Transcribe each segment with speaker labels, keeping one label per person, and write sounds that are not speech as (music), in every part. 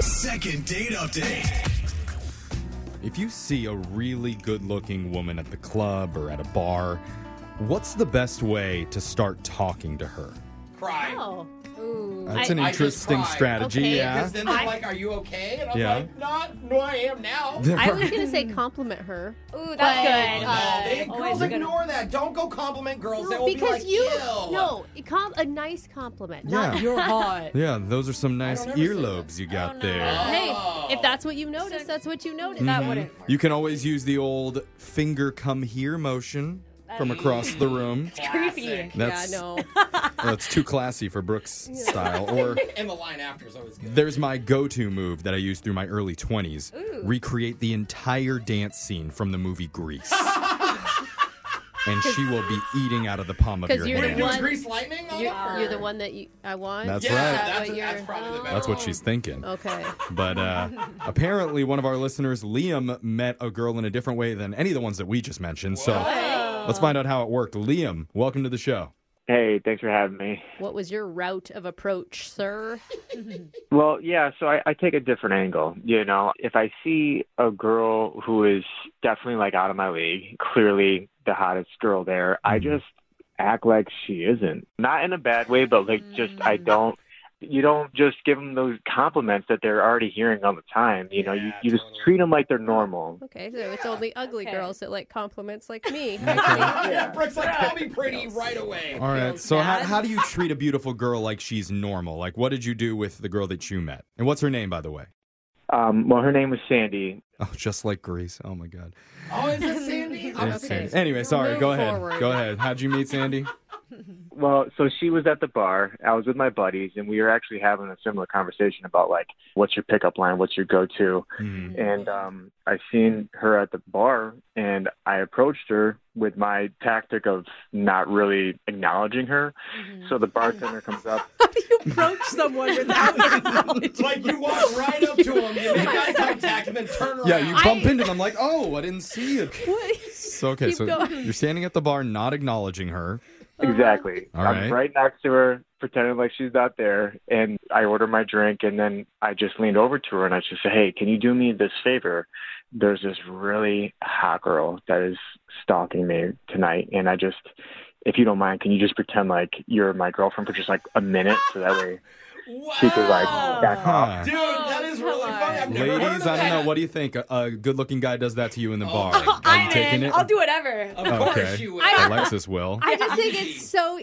Speaker 1: Second date update.
Speaker 2: If you see a really good looking woman at the club or at a bar, what's the best way to start talking to her?
Speaker 3: Cry.
Speaker 4: Oh. Ooh.
Speaker 2: That's
Speaker 4: I-
Speaker 2: an
Speaker 3: I just
Speaker 2: interesting
Speaker 3: cried.
Speaker 2: strategy,
Speaker 4: Okay.
Speaker 2: yeah. (laughs)
Speaker 3: Because then they're
Speaker 4: I-
Speaker 3: like, "Are you okay?" And I'm
Speaker 2: Yeah.
Speaker 3: like, "Not, no, I am now."
Speaker 2: There
Speaker 4: I
Speaker 2: are-
Speaker 4: was gonna say
Speaker 3: (laughs)
Speaker 4: compliment her.
Speaker 5: Ooh,
Speaker 4: But,
Speaker 5: that's
Speaker 4: uh,
Speaker 5: good.
Speaker 3: No, they,
Speaker 5: always
Speaker 3: girls
Speaker 5: a good
Speaker 3: ignore that. Don't go compliment girls. they
Speaker 4: No,
Speaker 3: will be
Speaker 4: because
Speaker 3: like,
Speaker 4: you
Speaker 3: "Ew."
Speaker 4: no a com- a nice compliment. Not,
Speaker 2: Yeah.
Speaker 5: You're hot.
Speaker 2: (laughs) yeah, those are some nice
Speaker 3: ever say that.
Speaker 2: earlobes you got
Speaker 5: no.
Speaker 2: there.
Speaker 3: Oh.
Speaker 4: Hey, if that's what you notice, that's what you notice.
Speaker 2: Mm-hmm.
Speaker 5: That wouldn't work.
Speaker 2: You can always use the old finger come here motion from across the room.
Speaker 5: Creepy.
Speaker 2: That's
Speaker 3: (laughs)
Speaker 4: yeah, no.
Speaker 2: that's too classy for Brooks style. Or
Speaker 3: And the line after is always good.
Speaker 2: there's my go-to move that I used through my early 20s. Recreate the entire dance scene from the movie
Speaker 4: (laughs)
Speaker 2: Grease. and she will be eating out of the palm of
Speaker 4: 'Cause
Speaker 2: your
Speaker 4: you're
Speaker 3: What
Speaker 4: the
Speaker 3: are
Speaker 2: hand.
Speaker 3: you doing?
Speaker 4: one-
Speaker 3: Grease lightning? on
Speaker 4: You-
Speaker 3: them, or-
Speaker 4: You're the one that you, I want.
Speaker 2: That's
Speaker 4: Is
Speaker 3: Yeah,
Speaker 2: right.
Speaker 4: that
Speaker 3: that's,
Speaker 4: what
Speaker 3: that's
Speaker 4: you're-
Speaker 3: probably the better.
Speaker 2: That's what
Speaker 3: one.
Speaker 2: she's thinking.
Speaker 4: Okay.
Speaker 2: But
Speaker 4: (laughs)
Speaker 2: uh, apparently, one of our listeners, Liam, met a girl in a different way than any of the ones that we just mentioned. So let's find out how it worked. Liam, welcome to the show.
Speaker 6: Hey, thanks for having me.
Speaker 4: What was your route of approach, sir?
Speaker 6: Well, yeah, so I, I take a different angle. You know, if I see a girl who is definitely like out of my league, clearly the hottest girl there, I
Speaker 3: Mm-hmm.
Speaker 6: just act like she isn't. Not in a bad way, but like just I
Speaker 3: Mm.
Speaker 6: don't. You don't just give them those compliments that they're already hearing all the time. You know, you,
Speaker 3: Yeah,
Speaker 6: you just
Speaker 3: totally.
Speaker 6: treat them like they're normal.
Speaker 4: Okay, so
Speaker 3: (laughs)
Speaker 4: it's only ugly
Speaker 5: Okay.
Speaker 4: girls that like compliments like me. (laughs)
Speaker 3: yeah, Brooks like, "I'll be pretty right away."
Speaker 2: All right. So, how,
Speaker 4: bad.
Speaker 2: how do you treat a beautiful girl like she's normal? Like, what did you do with the girl that you met? And what's her name, by the way?
Speaker 6: Um, well, her name was Sandy.
Speaker 2: Oh, just like Grease. Oh, my God.
Speaker 3: Oh, is this Sandy?
Speaker 2: Yeah,
Speaker 3: I'm
Speaker 2: Sandy.
Speaker 3: Sandy.
Speaker 2: Anyway, sorry.
Speaker 4: Move
Speaker 2: Go ahead.
Speaker 4: forward.
Speaker 2: Go ahead. How'd you meet Sandy?
Speaker 6: Well, so she was at the bar. I was with my buddies, and we were actually having a similar conversation about like, what's your pickup line? What's your go-to?
Speaker 2: Mhm.
Speaker 6: And um, I seen her at the bar, and I approached her with my tactic of not really acknowledging her. So the bartender comes up.
Speaker 5: Approach someone
Speaker 3: (laughs)
Speaker 5: without acknowledging.
Speaker 3: Like you walk right up to him, you make eye contact, and then turn around.
Speaker 2: (laughs) Yeah, you bump
Speaker 4: I-
Speaker 2: into them. Like, oh, I didn't see
Speaker 4: (laughs)
Speaker 2: you.
Speaker 4: What?
Speaker 2: So, okay.
Speaker 4: Keep
Speaker 2: so,
Speaker 4: going.
Speaker 2: you're standing at the bar, not acknowledging her.
Speaker 6: Exactly.
Speaker 2: All
Speaker 6: I'm
Speaker 2: right.
Speaker 6: right next to her, pretending like she's not there, and I order my drink, and then I just leaned over to her and I just said, "Hey, can you do me this favor? There's this really hot girl that is stalking me tonight, and I just, if you don't mind, can you just pretend like you're my girlfriend for just like a minute, so that way
Speaker 3: Wow.
Speaker 6: she could like back off."
Speaker 2: Huh.
Speaker 3: Dude, that is really
Speaker 4: Oh, come
Speaker 3: funny. I've never heard of
Speaker 2: Uh, Ladies, I don't
Speaker 3: that.
Speaker 2: know. What do you think? A, a good-looking guy does that to you in the bar.
Speaker 3: my
Speaker 2: Are you
Speaker 5: I'm
Speaker 2: taking
Speaker 5: in.
Speaker 2: it? Oh.
Speaker 5: I'll do whatever.
Speaker 3: Of course
Speaker 2: Okay.
Speaker 3: you will.
Speaker 2: (laughs)
Speaker 4: I-
Speaker 2: Alexis will.
Speaker 4: (laughs) I just think it's so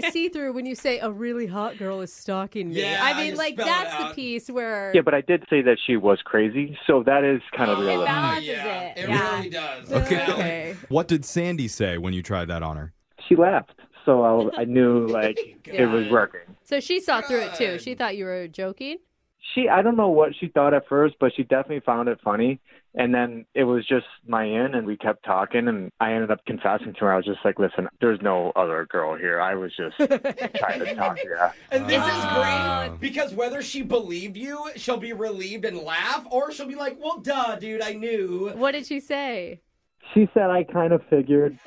Speaker 3: (laughs)
Speaker 4: to see through when you say a really hot girl is stalking me.
Speaker 3: Yeah,
Speaker 4: I mean,
Speaker 3: you
Speaker 4: like
Speaker 3: spell it
Speaker 4: that's the
Speaker 3: out.
Speaker 4: piece where
Speaker 6: Yeah, but I did say that she was crazy, so that is kind of
Speaker 3: Oh,
Speaker 6: realistic.
Speaker 5: balances
Speaker 3: yeah,
Speaker 5: it. Yeah.
Speaker 3: really does.
Speaker 2: Okay.
Speaker 4: okay.
Speaker 2: (laughs) What did Sandy say when you tried that on her?
Speaker 6: She laughed, so I, I knew like it was
Speaker 3: God.
Speaker 6: working.
Speaker 4: So she saw through it too.
Speaker 3: Good.
Speaker 4: She thought you were joking.
Speaker 6: she I don't know what she thought at first, but she definitely found it funny. And then it was just my in and we kept talking and I ended up confessing to her. I was just like, Listen, there's no other girl here. I was just trying to talk to you.
Speaker 3: And this is
Speaker 2: Ah.
Speaker 3: great because whether she believed you, she'll be relieved and laugh, or she'll be like, "Well, duh, dude, I knew."
Speaker 4: What did she say? (laughs)
Speaker 6: She said I kind of figured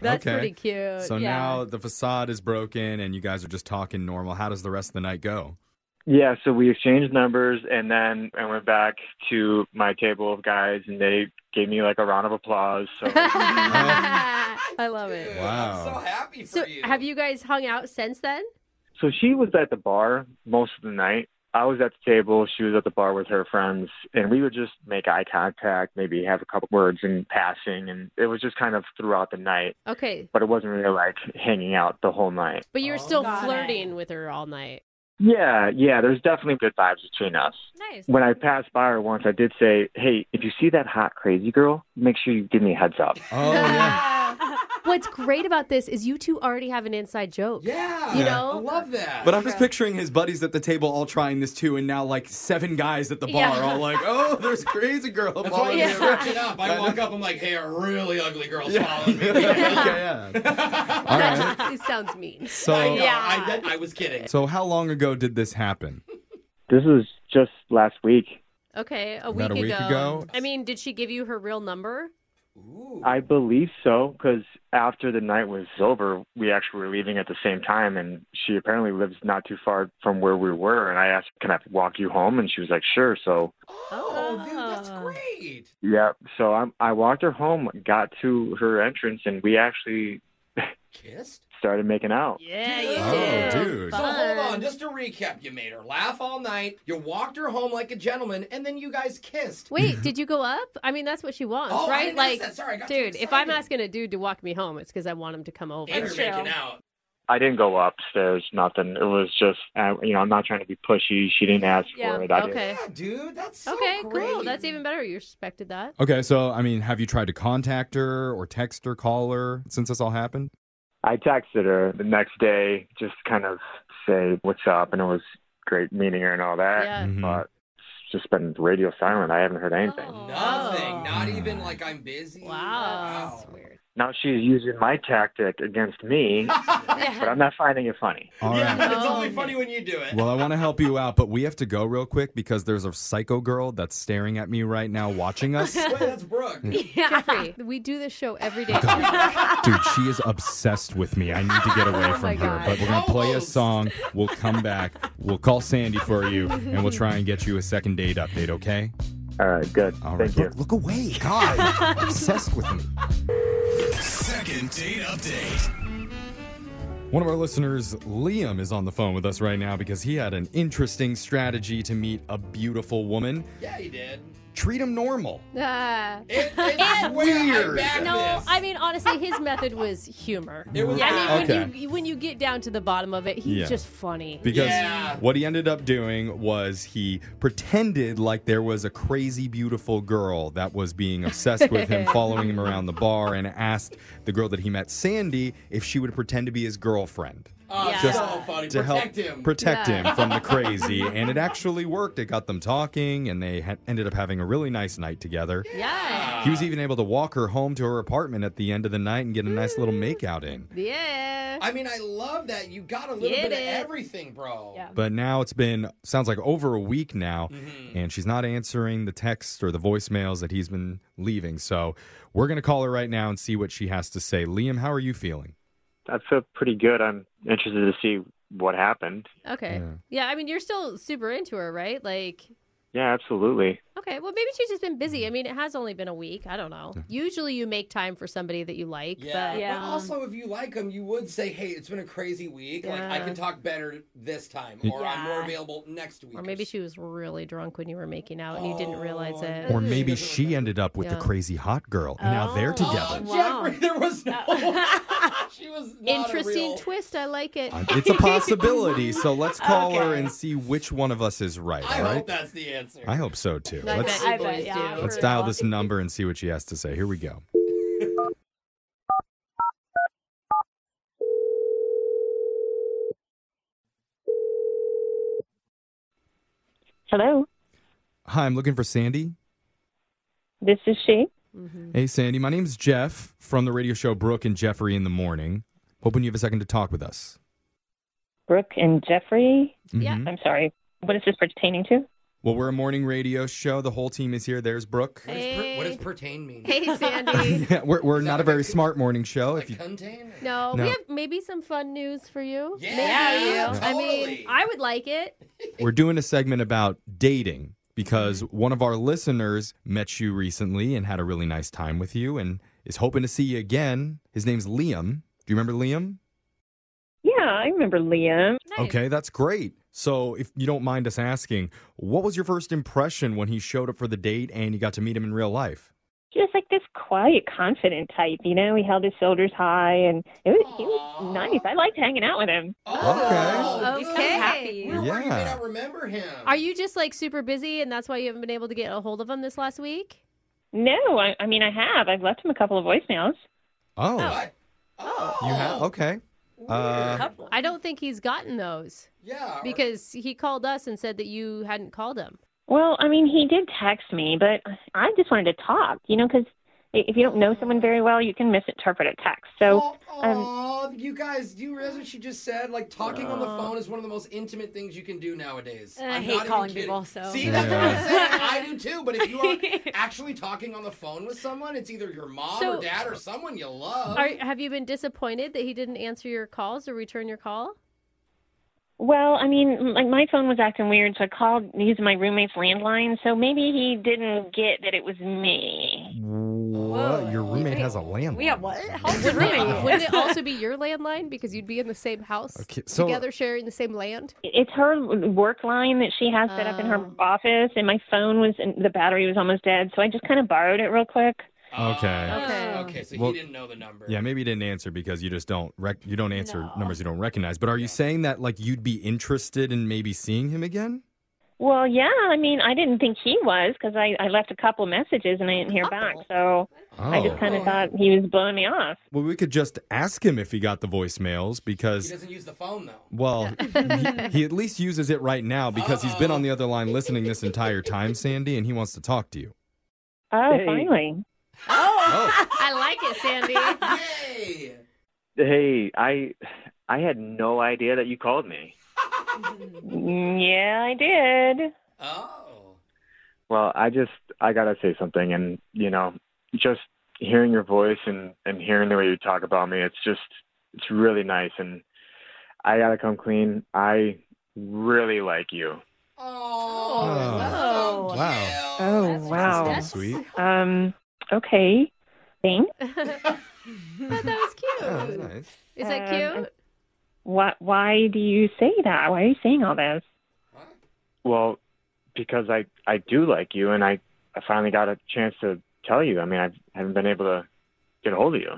Speaker 4: That's
Speaker 2: Okay.
Speaker 4: pretty cute.
Speaker 2: So
Speaker 4: (laughs) yeah.
Speaker 2: now the facade is broken and you guys are just talking normal. How does the rest of the night go?
Speaker 6: Yeah, so we exchanged numbers and then I went back to my table of guys and they gave me like a round of applause. So
Speaker 4: (laughs) I love it.
Speaker 3: Dude,
Speaker 2: Wow.
Speaker 3: I'm so happy for
Speaker 4: So
Speaker 3: you.
Speaker 4: have you guys hung out since then?
Speaker 6: So she was at the bar most of the night. I was at the table. She was at the bar with her friends, and we would just make eye contact, maybe have a couple words in passing, and it was just kind of throughout the night.
Speaker 4: Okay.
Speaker 6: But it wasn't really like hanging out the whole night.
Speaker 4: But you were
Speaker 3: Oh.
Speaker 4: still
Speaker 5: Got it.
Speaker 4: flirting with her all night.
Speaker 6: Yeah, yeah. There's definitely good vibes between us.
Speaker 5: Nice.
Speaker 6: When I passed by her once, I did say, "Hey, if you see that hot crazy girl, make sure you give me a heads up."
Speaker 2: Oh, yeah.
Speaker 4: What's great about this is you two already have an inside joke.
Speaker 3: Yeah,
Speaker 4: You
Speaker 3: I
Speaker 4: know?
Speaker 3: love that.
Speaker 2: But I'm just picturing his buddies at the table all trying this too, and now like seven guys at the bar
Speaker 4: Yeah.
Speaker 2: all like, oh, there's a crazy girl.
Speaker 3: That's why
Speaker 2: following
Speaker 3: you
Speaker 2: me
Speaker 4: Yeah.
Speaker 2: around."
Speaker 3: switch it up. I walk up, I'm like, "Hey, a really ugly girl's following me."
Speaker 2: Yeah.
Speaker 3: (laughs)
Speaker 2: (laughs) (laughs) yeah. yeah. All right.
Speaker 4: That just, (laughs) it sounds mean.
Speaker 3: I, (laughs)
Speaker 2: So,
Speaker 3: know,
Speaker 5: Yeah.
Speaker 3: I, bet- I was kidding.
Speaker 2: so how long ago did this happen?
Speaker 6: This was just last week.
Speaker 4: Okay, a week
Speaker 2: About a week ago?
Speaker 4: I mean, did she give you her real number?
Speaker 3: Ooh.
Speaker 6: I believe so, because after the night was over, we actually were leaving at the same time, and she apparently lives not too far from where we were. And I asked, "Can I walk you home?" And she was like, "Sure." So,
Speaker 3: oh, dude, that's
Speaker 5: Oh.
Speaker 3: great.
Speaker 6: yeah. So I I walked her home, got to her entrance, and we actually
Speaker 3: Kissed?
Speaker 6: started making out.
Speaker 5: Yeah,
Speaker 3: Oh,
Speaker 5: you did.
Speaker 2: dude.
Speaker 5: Fun.
Speaker 3: So hold on, just to recap, you made her laugh all night, you walked her home like a gentleman, and then you guys kissed.
Speaker 4: Wait, did you go up? I mean, that's what she wants,
Speaker 3: Oh, I
Speaker 4: right?
Speaker 3: didn't ask
Speaker 4: like,
Speaker 3: that. Sorry, I got too
Speaker 4: dude, if I'm
Speaker 3: excited.
Speaker 4: asking a dude to walk me home, it's because I want him to come over.
Speaker 3: And
Speaker 5: That's
Speaker 3: you're making
Speaker 5: true.
Speaker 3: out.
Speaker 6: I didn't go upstairs, nothing. It was just, I, you know, I'm not trying to be pushy. She didn't ask
Speaker 5: Yeah,
Speaker 6: for it. I didn't-
Speaker 4: Okay.
Speaker 3: Yeah, dude, that's so
Speaker 4: Okay, cool.
Speaker 3: great.
Speaker 4: That's even better. You respected that.
Speaker 2: Okay, so I mean, have you tried to contact her or text her, call her since this all happened?
Speaker 6: I texted her the next day, just kind of say what's up, and it was great meeting her and all that.
Speaker 4: Yeah.
Speaker 2: Mhm.
Speaker 6: But it's Uh, just been radio silent. I haven't heard anything.
Speaker 5: Oh.
Speaker 3: Nothing.
Speaker 4: Oh.
Speaker 3: Not even like I'm busy.
Speaker 4: Wow.
Speaker 5: That's weird.
Speaker 6: Now she's using my tactic against me, but
Speaker 5: Yeah.
Speaker 6: I'm not finding it funny.
Speaker 2: All
Speaker 3: (laughs)
Speaker 2: right.
Speaker 3: yeah, it's only
Speaker 4: Oh.
Speaker 3: funny when you do it. (laughs)
Speaker 2: Well, I want to help you out, but we have to go real quick because there's a psycho girl that's staring at me right now watching us.
Speaker 3: Wait, that's
Speaker 2: (laughs)
Speaker 3: Brooke.
Speaker 4: Jeffrey, we do
Speaker 5: (laughs)
Speaker 4: this show every day.
Speaker 2: Dude, she is obsessed with me. I need to get
Speaker 4: (laughs)
Speaker 2: away
Speaker 4: Oh my
Speaker 2: from her.
Speaker 4: God.
Speaker 2: But we're going to play a
Speaker 3: Almost.
Speaker 2: song. We'll come back. We'll call Sandy for you, and we'll try and get you a second date update, okay?
Speaker 6: All right, good.
Speaker 2: All right.
Speaker 6: Thank you.
Speaker 2: Brooke, look away.
Speaker 4: (laughs)
Speaker 2: God, obsessed with me.
Speaker 1: Second date update.
Speaker 2: One of our listeners, Liam, is on the phone with us right now because he had an interesting strategy to meet a beautiful woman.
Speaker 3: Yeah, you did.
Speaker 2: Treat him normal.
Speaker 4: Ah.
Speaker 3: It, it's
Speaker 2: weird.
Speaker 3: weird. I back
Speaker 4: No,
Speaker 3: this.
Speaker 4: I mean honestly, his method was humor.
Speaker 3: It was
Speaker 4: I mean, when
Speaker 2: Okay.
Speaker 4: you when you get down to the bottom of it, he's
Speaker 2: Yeah.
Speaker 4: just funny.
Speaker 2: Because
Speaker 3: Yeah.
Speaker 2: what he ended up doing was he pretended like there was a crazy beautiful girl that was being obsessed with
Speaker 3: (laughs)
Speaker 2: him, following him around the bar, and asked the girl that he met, Sandy, if she would pretend to be his girlfriend.
Speaker 3: Oh,
Speaker 5: Yeah.
Speaker 3: just so
Speaker 5: Just
Speaker 3: funny.
Speaker 2: to help
Speaker 3: Protect him.
Speaker 2: protect
Speaker 4: Yeah.
Speaker 2: him from the
Speaker 3: (laughs)
Speaker 2: crazy, and it actually worked. It got them talking, and they ha- ended up having a really nice night together.
Speaker 3: Ah.
Speaker 4: Yeah.
Speaker 2: He was even able to walk her home to her apartment at the end of the night and get a nice little
Speaker 3: Mm.
Speaker 2: makeout in.
Speaker 4: Yeah.
Speaker 3: I mean, I love that. You got a little
Speaker 4: Get
Speaker 3: bit of
Speaker 4: it.
Speaker 3: everything, bro.
Speaker 5: Yeah.
Speaker 2: But now it's been sounds like over a week now,
Speaker 3: Mm-hmm.
Speaker 2: and she's not answering the texts or the voicemails that he's been leaving. So we're gonna call her right now and see what she has to say. Liam, how are you feeling?
Speaker 6: I feel pretty good. I'm interested to see what happened.
Speaker 4: Okay.
Speaker 2: Yeah.
Speaker 4: Yeah. I mean, you're still super into her, right? Like,
Speaker 6: Yeah, absolutely.
Speaker 4: okay, well, maybe she's just been
Speaker 2: Mm.
Speaker 4: busy. I mean, it has only been a week. I don't know. Usually, you make time for somebody that you like,
Speaker 3: Yeah.
Speaker 4: but
Speaker 5: Yeah.
Speaker 3: But also, if you like them, you would say, "Hey, it's been a crazy week. Like, I
Speaker 4: Yeah.
Speaker 3: can talk better this time, or I'm more
Speaker 5: Yeah.
Speaker 3: available next week."
Speaker 4: or maybe she was really drunk when you were making out and you
Speaker 3: Oh,
Speaker 4: didn't realize it.
Speaker 2: Or maybe she ended up with the
Speaker 4: Yeah.
Speaker 2: crazy hot girl, and now they're
Speaker 5: Oh.
Speaker 3: Oh, (laughs)
Speaker 2: together.
Speaker 5: Wow.
Speaker 3: Jeffrey, there was no.
Speaker 4: (laughs)
Speaker 3: (laughs) she was not a
Speaker 4: Uh, Interesting
Speaker 3: real-
Speaker 4: twist. I like it.
Speaker 2: Uh, It's a possibility, so let's call her
Speaker 5: Okay.
Speaker 2: and see which one of us is right.
Speaker 3: I
Speaker 2: all right,
Speaker 3: hope that's the answer.
Speaker 2: I hope so too.
Speaker 4: I
Speaker 2: Let's
Speaker 4: bet you
Speaker 5: I bet,
Speaker 4: boys
Speaker 5: yeah.
Speaker 4: do.
Speaker 2: let's
Speaker 5: for
Speaker 2: dial
Speaker 5: real.
Speaker 2: this number and see what she has to say. Here we go.
Speaker 7: Hello,
Speaker 2: Hi, I'm looking for Sandy.
Speaker 7: this is she.
Speaker 2: Hey, Sandy. My name's Jeff from the radio show Brooke and Jeffrey in the Morning. Hoping you have a second to talk with us.
Speaker 7: Brooke and Jeffrey.
Speaker 4: (laughs) Yeah.
Speaker 2: Mhm.
Speaker 7: I'm sorry. What is this pertaining to?
Speaker 2: Well, we're a morning radio show. The whole team is here. There's Brooke. (laughs)
Speaker 3: What does, per- what does
Speaker 4: Hey.
Speaker 3: pertain mean?
Speaker 4: Hey, Sandy.
Speaker 2: Yeah, we're we're
Speaker 3: Is that what
Speaker 2: not a
Speaker 3: I
Speaker 2: very
Speaker 3: could-
Speaker 2: smart morning
Speaker 3: Like
Speaker 2: show. Oh, If you
Speaker 3: contain?
Speaker 4: No,
Speaker 2: No.
Speaker 4: we have maybe some fun news for you.
Speaker 3: Yeah,
Speaker 4: maybe.
Speaker 3: Yeah.
Speaker 4: I mean,
Speaker 3: totally.
Speaker 4: I would like it.
Speaker 2: we're doing a segment about dating because one of our listeners met you recently and had a really nice time with you and is hoping to see you again. His name's Liam. Do you remember Liam?
Speaker 7: Yeah, I remember Liam.
Speaker 4: Nice.
Speaker 2: Okay, that's great. So, if you don't mind us asking, what was your first impression when he showed up for the date and you got to meet him in real life?
Speaker 7: He was like this quiet, confident type. You know, he held his shoulders high, and it was he
Speaker 3: Aw.
Speaker 7: was nice. I liked hanging out with him.
Speaker 3: Oh,
Speaker 4: Okay.
Speaker 3: dude.
Speaker 5: happy.
Speaker 3: Where were you?
Speaker 2: Yeah.
Speaker 3: May not remember him.
Speaker 4: Are you just like super busy and that's why you haven't been able to get a hold of him this last week?
Speaker 7: No, I, I mean I have. I've left him a couple of voicemails.
Speaker 2: Oh,
Speaker 3: What? Oh.
Speaker 2: you have? Okay. Uh,
Speaker 5: Couple.
Speaker 4: I don't think he's gotten those
Speaker 3: Yeah. or-
Speaker 4: because he called us and said that you hadn't called him.
Speaker 7: Well, I mean he did text me, but I just wanted to talk. You know, because if you don't know someone very well, you can misinterpret a text. So, um,
Speaker 3: Oh, you guys, do you realize what she just said? Like talking on the phone is one of the most intimate things you can do nowadays.
Speaker 5: Uh, I
Speaker 3: I'm
Speaker 5: hate
Speaker 3: not even
Speaker 5: calling
Speaker 3: kidding.
Speaker 5: people, so-
Speaker 3: see, that's what
Speaker 2: Yeah.
Speaker 3: I'm saying. I do too. But if you are actually talking on the phone with someone, it's either your mom
Speaker 4: So-
Speaker 3: or dad or someone you love.
Speaker 4: Are, have you been disappointed that he didn't answer your calls or return your call?
Speaker 7: well, I mean, like my phone was acting weird, so I called using my roommate's landline. So maybe he didn't get that it was me.
Speaker 2: What? Your roommate has a landline.
Speaker 5: Yeah, what? How old's your
Speaker 4: Wouldn't it,
Speaker 5: roommate? (laughs)
Speaker 4: wouldn't (laughs) it also be your landline because you'd be in the same house
Speaker 2: Okay, so-
Speaker 4: together, sharing the same land?
Speaker 7: It's her work line that she has set up in her
Speaker 4: Oh.
Speaker 7: office, and my phone was and the battery was almost dead, so I just kind of borrowed it real quick.
Speaker 2: Oh. Okay.
Speaker 5: Oh.
Speaker 3: Uh, okay, so
Speaker 2: Well-
Speaker 3: he didn't know the number.
Speaker 2: Yeah, maybe you didn't answer because you just don't rec- you don't answer
Speaker 5: No.
Speaker 2: numbers you don't recognize. But are you saying that like you'd be interested in maybe seeing him again?
Speaker 7: Well, yeah, I mean, I didn't think he was because I, I left a couple messages and I didn't hear
Speaker 5: Oh.
Speaker 7: back, so I just kind of thought he was blowing me off.
Speaker 2: Oh. Well, we could just ask him if he got the voicemails
Speaker 3: He
Speaker 2: because
Speaker 3: doesn't use the phone though.
Speaker 2: well, he, he at least uses it right now because he's been on the other line listening this entire time, Sandy, and he wants to talk to you.
Speaker 7: Oh,
Speaker 6: Hey.
Speaker 7: finally.
Speaker 2: Oh,
Speaker 4: I like it, (laughs) Sandy.
Speaker 3: Yay!
Speaker 6: Hey, I I had no idea that you called me.
Speaker 7: Mm, Yeah, I did.
Speaker 3: Oh.
Speaker 6: Well, I just I gotta say something, and you know, just hearing your voice and and hearing the way you talk about me, it's just it's really nice, and I gotta come clean. I really like you.
Speaker 3: Oh, that's
Speaker 5: Oh.
Speaker 3: so cute.
Speaker 2: Wow.
Speaker 7: Oh, wow.
Speaker 5: That's-
Speaker 2: sweet.
Speaker 7: Um, okay. Thanks.
Speaker 4: thought that was cute.
Speaker 2: Yeah, that's Oh, nice.
Speaker 4: Is that
Speaker 7: Um,
Speaker 4: cute?
Speaker 7: Why, why do you say that? Why are you saying all this?
Speaker 6: Well, because I I do like you, and I I finally got a chance to tell you. I mean, I haven't been able to get a hold of you.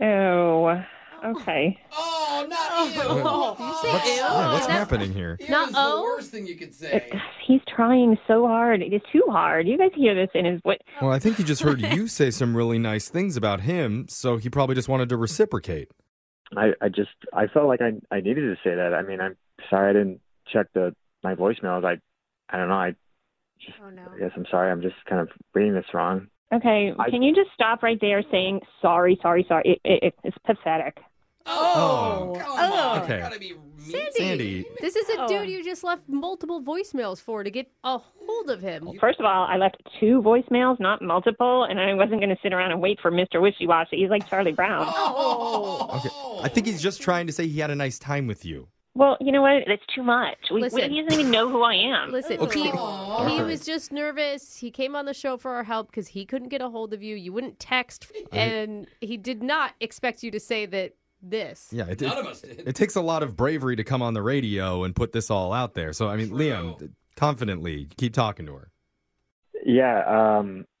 Speaker 7: Oh, okay.
Speaker 3: Oh, not you. Oh.
Speaker 4: You say ew?
Speaker 2: Yeah, what's
Speaker 4: Is that-
Speaker 2: happening here?
Speaker 3: Ew
Speaker 4: Not
Speaker 3: is
Speaker 4: oh?
Speaker 3: the worst thing you could say.
Speaker 7: He's trying so hard. It is too hard. You guys hear this in his voice.
Speaker 2: Well, I think he just heard you say some really nice things about him, so he probably just wanted to reciprocate.
Speaker 6: I, I just I felt like I I needed to say that. I mean, I'm sorry I didn't check the my voicemails. I I don't know. I
Speaker 5: Oh, no.
Speaker 6: I guess I'm sorry. I'm just kind of reading this wrong.
Speaker 7: Okay,
Speaker 6: I-
Speaker 7: can you just stop right there saying sorry, sorry, sorry? It, it, it, it's pathetic.
Speaker 3: Oh,
Speaker 2: Oh.
Speaker 3: come on.
Speaker 2: Okay.
Speaker 3: You gotta be mean.
Speaker 2: Sandy.
Speaker 4: This is a
Speaker 5: Oh.
Speaker 4: dude you just left multiple voicemails for to get a hold of him.
Speaker 7: First of all, I left two voicemails, not multiple, and I wasn't going to sit around and wait for Mr. Wishy Washy. He's like Charlie Brown.
Speaker 3: Oh.
Speaker 2: Okay. I think he's just trying to say he had a nice time with you.
Speaker 7: Well, you know what? That's too much. We, we,
Speaker 4: Listen.
Speaker 7: he doesn't even know who I am.
Speaker 4: Listen,
Speaker 2: Okay.
Speaker 4: he,
Speaker 3: Aw.
Speaker 4: he was just nervous. He came on the show for our help because he couldn't get a hold of you. You wouldn't text, and he did not expect you to say that this.
Speaker 2: Yeah,
Speaker 3: (laughs)
Speaker 2: it,
Speaker 3: None
Speaker 2: it-
Speaker 3: of us did.
Speaker 2: it takes a lot of bravery to come on the radio and put this all out there. So, I mean, Liam, confidently, keep talking to her.
Speaker 6: Yeah. Um. (sighs)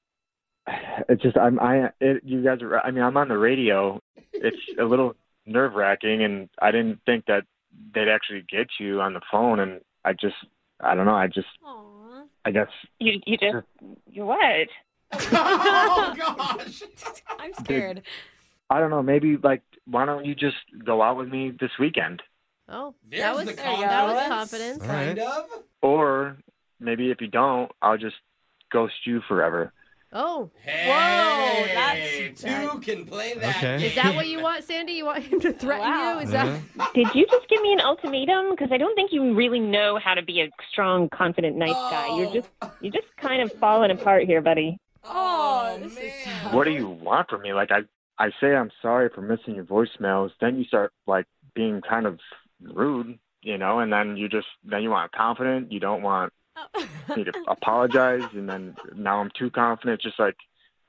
Speaker 6: It's just I'm I it, you guys are. I mean, I'm on the radio. It's a little nerve wracking, and I didn't think that they'd actually get you on the phone. And I just I don't know. I just
Speaker 5: Aw.
Speaker 6: I guess
Speaker 7: You, you just, you what?
Speaker 3: (laughs) oh, gosh.
Speaker 5: I'm (laughs) scared.
Speaker 6: I don't know. Maybe like why don't you just go out with me this weekend?
Speaker 4: Oh, that
Speaker 3: There's
Speaker 4: was
Speaker 3: the
Speaker 4: that was
Speaker 5: confidence.
Speaker 4: confidence.
Speaker 2: All right.
Speaker 3: Kind of.
Speaker 6: Or maybe if you don't, I'll just ghost you forever.
Speaker 4: Oh,
Speaker 3: Hey,
Speaker 5: that's-
Speaker 3: Two can play that.
Speaker 2: Okay.
Speaker 4: is that
Speaker 3: (laughs)
Speaker 4: what you want, Sandy? You want
Speaker 5: (laughs)
Speaker 4: him to threaten
Speaker 5: Wow.
Speaker 4: you? Is that?
Speaker 7: Did you just give me an ultimatum? Because I don't think you really know how to be a strong, confident,
Speaker 3: Oh.
Speaker 7: nice guy. You're just, you're just kind of falling apart here, buddy.
Speaker 5: Oh, this is
Speaker 3: man.
Speaker 6: What do you want from me? Like I I say I'm sorry for missing your voicemails, then you start like being kind of rude, you know, and then you just then you want confident, you don't want me to apologize and then now I'm too confident, just like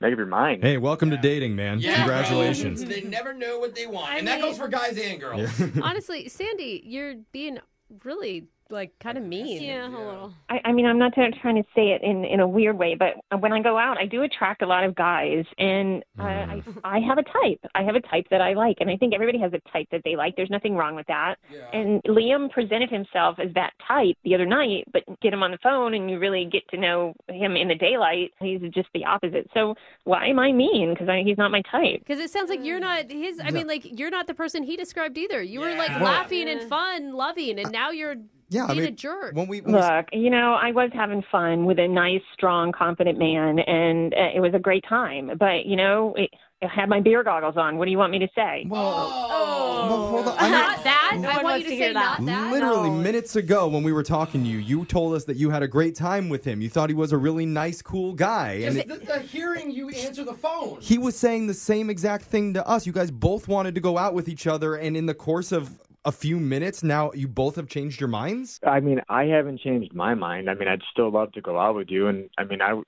Speaker 6: make up your mind.
Speaker 2: Hey, welcome to dating, man.
Speaker 3: Yeah,
Speaker 2: Congratulations.
Speaker 3: They never know what they want.
Speaker 4: I
Speaker 3: and that
Speaker 4: mean-
Speaker 3: goes for guys and girls.
Speaker 2: (laughs)
Speaker 4: (laughs) Honestly, Sandy, you're being really like kind of mean.
Speaker 5: yeah, a little.
Speaker 7: I, I mean, I'm not trying trying to say it in, in a weird way, but when I go out, I do attract a lot of guys, and uh, I, I have a type. I have a type that I like, and I think everybody has a type that they like. There's nothing wrong with that.
Speaker 3: Yeah.
Speaker 7: And Liam presented himself as that type the other night, but get him on the phone, and you really get to know him in the daylight. He's just the opposite. So why am I mean? Because he's not my type.
Speaker 4: Because it sounds like you're
Speaker 5: Mm.
Speaker 4: not his. I mean, like you're not the person he described either. You were like
Speaker 3: Yeah.
Speaker 4: laughing
Speaker 5: Yeah.
Speaker 4: and fun, loving, and now you're
Speaker 2: Yeah, I
Speaker 4: being a
Speaker 2: mean,
Speaker 4: jerk.
Speaker 2: when we, when we
Speaker 7: Look, you know, I was having fun with a nice, strong, confident man, and uh, it was a great time. But you know, it, I had my beer goggles on. What do you want me to say?
Speaker 2: well,
Speaker 5: Oh.
Speaker 2: well, hold on.
Speaker 4: (laughs)
Speaker 2: I mean-
Speaker 4: not that.
Speaker 5: No
Speaker 4: I
Speaker 5: one
Speaker 4: want
Speaker 5: wants
Speaker 4: you to,
Speaker 5: to
Speaker 4: say
Speaker 5: hear that.
Speaker 3: Oh,
Speaker 4: not that.
Speaker 2: Literally
Speaker 5: No.
Speaker 2: minutes ago, when we were talking to you, you told us that you had a great time with him. You thought he was a really nice, cool guy, and
Speaker 3: Just the, the hearing you answer the phone.
Speaker 2: he was saying the same exact thing to us. You guys both wanted to go out with each other, and in the course of a few minutes, now you both have changed your minds.
Speaker 6: I mean, I haven't changed my mind. I mean, I'd still love to go out with you, and I mean, I, w-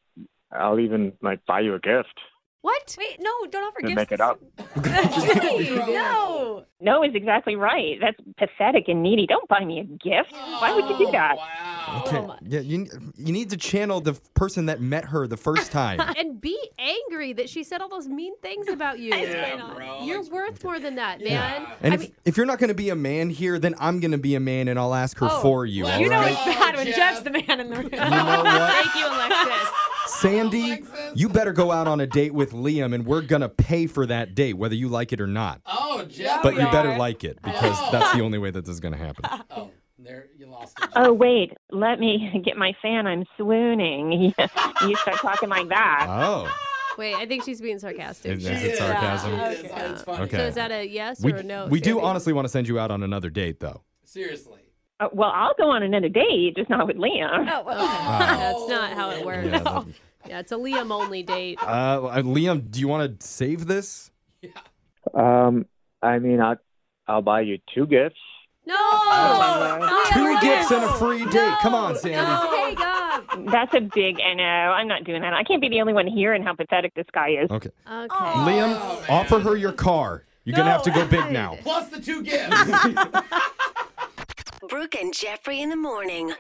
Speaker 6: I'll even like buy you a gift
Speaker 4: What?
Speaker 5: Wait, no, don't offer
Speaker 6: to
Speaker 5: gifts.
Speaker 6: make
Speaker 5: (laughs)
Speaker 6: it up.
Speaker 5: Jeez, no.
Speaker 7: No is exactly right. That's pathetic and needy. Don't buy me a gift. Why would you do that?
Speaker 3: Oh, Wow.
Speaker 2: Okay. Yeah, you, you need to channel the person that met her the first
Speaker 4: (laughs)
Speaker 2: time.
Speaker 4: And be angry that she said all those mean things about
Speaker 5: (laughs)
Speaker 4: you.
Speaker 3: Yeah, bro.
Speaker 4: You're
Speaker 3: That's-
Speaker 4: worth more than that, man.
Speaker 2: And
Speaker 4: I
Speaker 2: if,
Speaker 4: mean,
Speaker 2: if you're not going to be a man here, then I'm going to be a man and I'll ask her
Speaker 5: Oh,
Speaker 2: for you.
Speaker 3: well,
Speaker 2: all
Speaker 5: You know
Speaker 2: right?
Speaker 5: it's bad when
Speaker 3: Jeff.
Speaker 5: Jeff's the man in the room.
Speaker 2: You know what?
Speaker 4: thank you, (laughs) Alexis.
Speaker 2: Sandy,
Speaker 3: Alexis.
Speaker 2: you better go out on a date with Liam and we're going to pay for that date, whether you like it or not.
Speaker 3: Oh, Jeff.
Speaker 2: But
Speaker 5: we
Speaker 2: you better
Speaker 5: are.
Speaker 2: like it because
Speaker 3: Oh.
Speaker 2: that's the only way that this is going to happen.
Speaker 3: Oh, there you lost it.
Speaker 7: Oh wait, let me (laughs) get my fan. I'm swooning. (laughs) you start talking like that.
Speaker 2: Oh,
Speaker 4: Wait, I think she's being sarcastic.
Speaker 2: Is- is it sarcasm?
Speaker 3: Yeah, she is.
Speaker 5: Okay.
Speaker 3: It's funny.
Speaker 2: Okay.
Speaker 4: So is that a yes
Speaker 2: we,
Speaker 4: or a no?
Speaker 2: we do
Speaker 4: Sandy?
Speaker 2: honestly want to send you out on another date, though.
Speaker 3: Seriously.
Speaker 7: Uh, well, I'll go on another date, just not with Liam. (laughs)
Speaker 5: Oh, well, okay.
Speaker 4: That's not how it works.
Speaker 2: Yeah,
Speaker 4: Yeah, (laughs)
Speaker 2: that-
Speaker 4: it's a Liam only date.
Speaker 2: uh, Liam, do you want to save this?
Speaker 6: Um, I mean, I'll, I'll buy you two gifts.
Speaker 4: No!
Speaker 2: Two gifts and a free date. Come on, Sandy.
Speaker 4: Oh, Hey, God.
Speaker 7: That's a big no. I'm not doing that. I can't be the only one here and how pathetic this guy is.
Speaker 2: Okay.
Speaker 4: Okay.
Speaker 2: Liam,
Speaker 3: man.
Speaker 2: offer her your car. You're going to have to go big
Speaker 4: Oh, No.
Speaker 2: now.
Speaker 3: Plus the two gifts.
Speaker 8: Brooke and Jeffrey in the morning.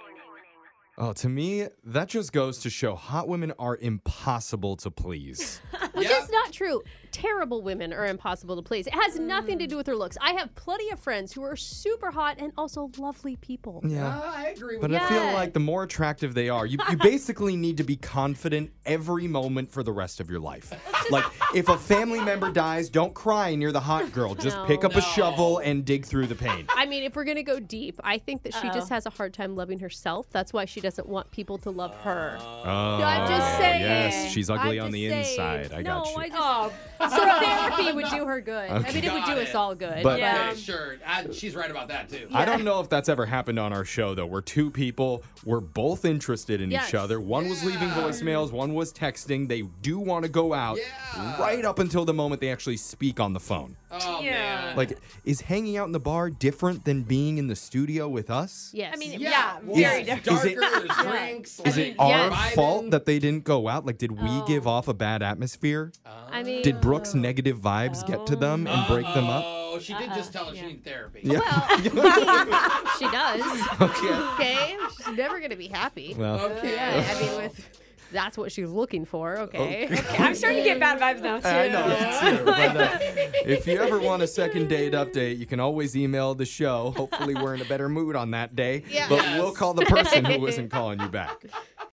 Speaker 2: Oh, to me, that just goes to show hot women are impossible to please.
Speaker 4: (laughs) Which
Speaker 3: Yeah.
Speaker 4: is not true. Terrible women are impossible to please. It has nothing to do with their looks. I have plenty of friends who are super hot and also lovely people.
Speaker 2: yeah.
Speaker 3: Uh, I agree with
Speaker 2: But
Speaker 3: you.
Speaker 2: I feel
Speaker 4: Yeah.
Speaker 2: like the more attractive they are, you,
Speaker 4: (laughs)
Speaker 2: you basically need to be confident every moment for the rest of your
Speaker 4: (laughs)
Speaker 2: life. Like, if a family member dies, don't cry near the hot girl. Just
Speaker 4: No.
Speaker 2: pick up
Speaker 3: No.
Speaker 2: a shovel and dig through the pain.
Speaker 4: I mean, if we're going to go deep, I think that she
Speaker 5: Uh-oh.
Speaker 4: just has a hard time loving herself. That's why she doesn't want people to love her.
Speaker 2: Oh,
Speaker 4: I'm just saying.
Speaker 2: Yes, she's ugly
Speaker 4: I'm
Speaker 2: on
Speaker 4: just
Speaker 2: the
Speaker 4: saying.
Speaker 2: inside. I
Speaker 4: no,
Speaker 2: got you.
Speaker 4: I just,
Speaker 5: Oh,
Speaker 4: (laughs) So therapy would do her good. I mean, it would
Speaker 3: Got
Speaker 4: do
Speaker 3: it.
Speaker 4: us all good.
Speaker 2: But-
Speaker 5: Yeah.
Speaker 3: Okay, sure. I, she's right about that too.
Speaker 2: I don't know if that's ever happened on our show though. We're two people, we're both interested in each
Speaker 4: Yes.
Speaker 2: other. One was leaving
Speaker 3: Yeah.
Speaker 2: voicemails, one was texting. They do want to go out
Speaker 3: Yeah.
Speaker 2: right up until the moment they actually speak on the phone.
Speaker 3: Oh
Speaker 5: Yeah.
Speaker 3: man.
Speaker 2: Like is hanging out in the bar different than being in the studio with us?
Speaker 4: Yes.
Speaker 5: I mean,
Speaker 3: yeah,
Speaker 5: yeah,
Speaker 3: well,
Speaker 5: very
Speaker 3: it's
Speaker 5: different.
Speaker 2: Is it-
Speaker 3: darker. There's drinks.
Speaker 2: Is
Speaker 3: like,
Speaker 2: it our
Speaker 4: yes.
Speaker 2: fault
Speaker 3: vibing.
Speaker 2: that they didn't go out? Like did we
Speaker 4: Oh.
Speaker 2: give off a bad atmosphere?
Speaker 4: I mean,
Speaker 2: Did Brooke's negative vibes get to them and break them up?
Speaker 3: Oh, she did just tell us she needed therapy.
Speaker 4: she does.
Speaker 2: okay.
Speaker 4: Okay, she's never gonna be happy.
Speaker 2: (laughs) Well,
Speaker 3: Okay.
Speaker 4: Yeah, I mean, with that's what she's looking for. Okay.
Speaker 5: Okay, I'm starting to get bad vibes now, too.
Speaker 2: I know that too. (laughs)
Speaker 4: (laughs)
Speaker 2: But, uh, if you ever want a second date update, you can always email the show. Hopefully, we're in a better mood on that day. But we'll call the person who isn't calling you back.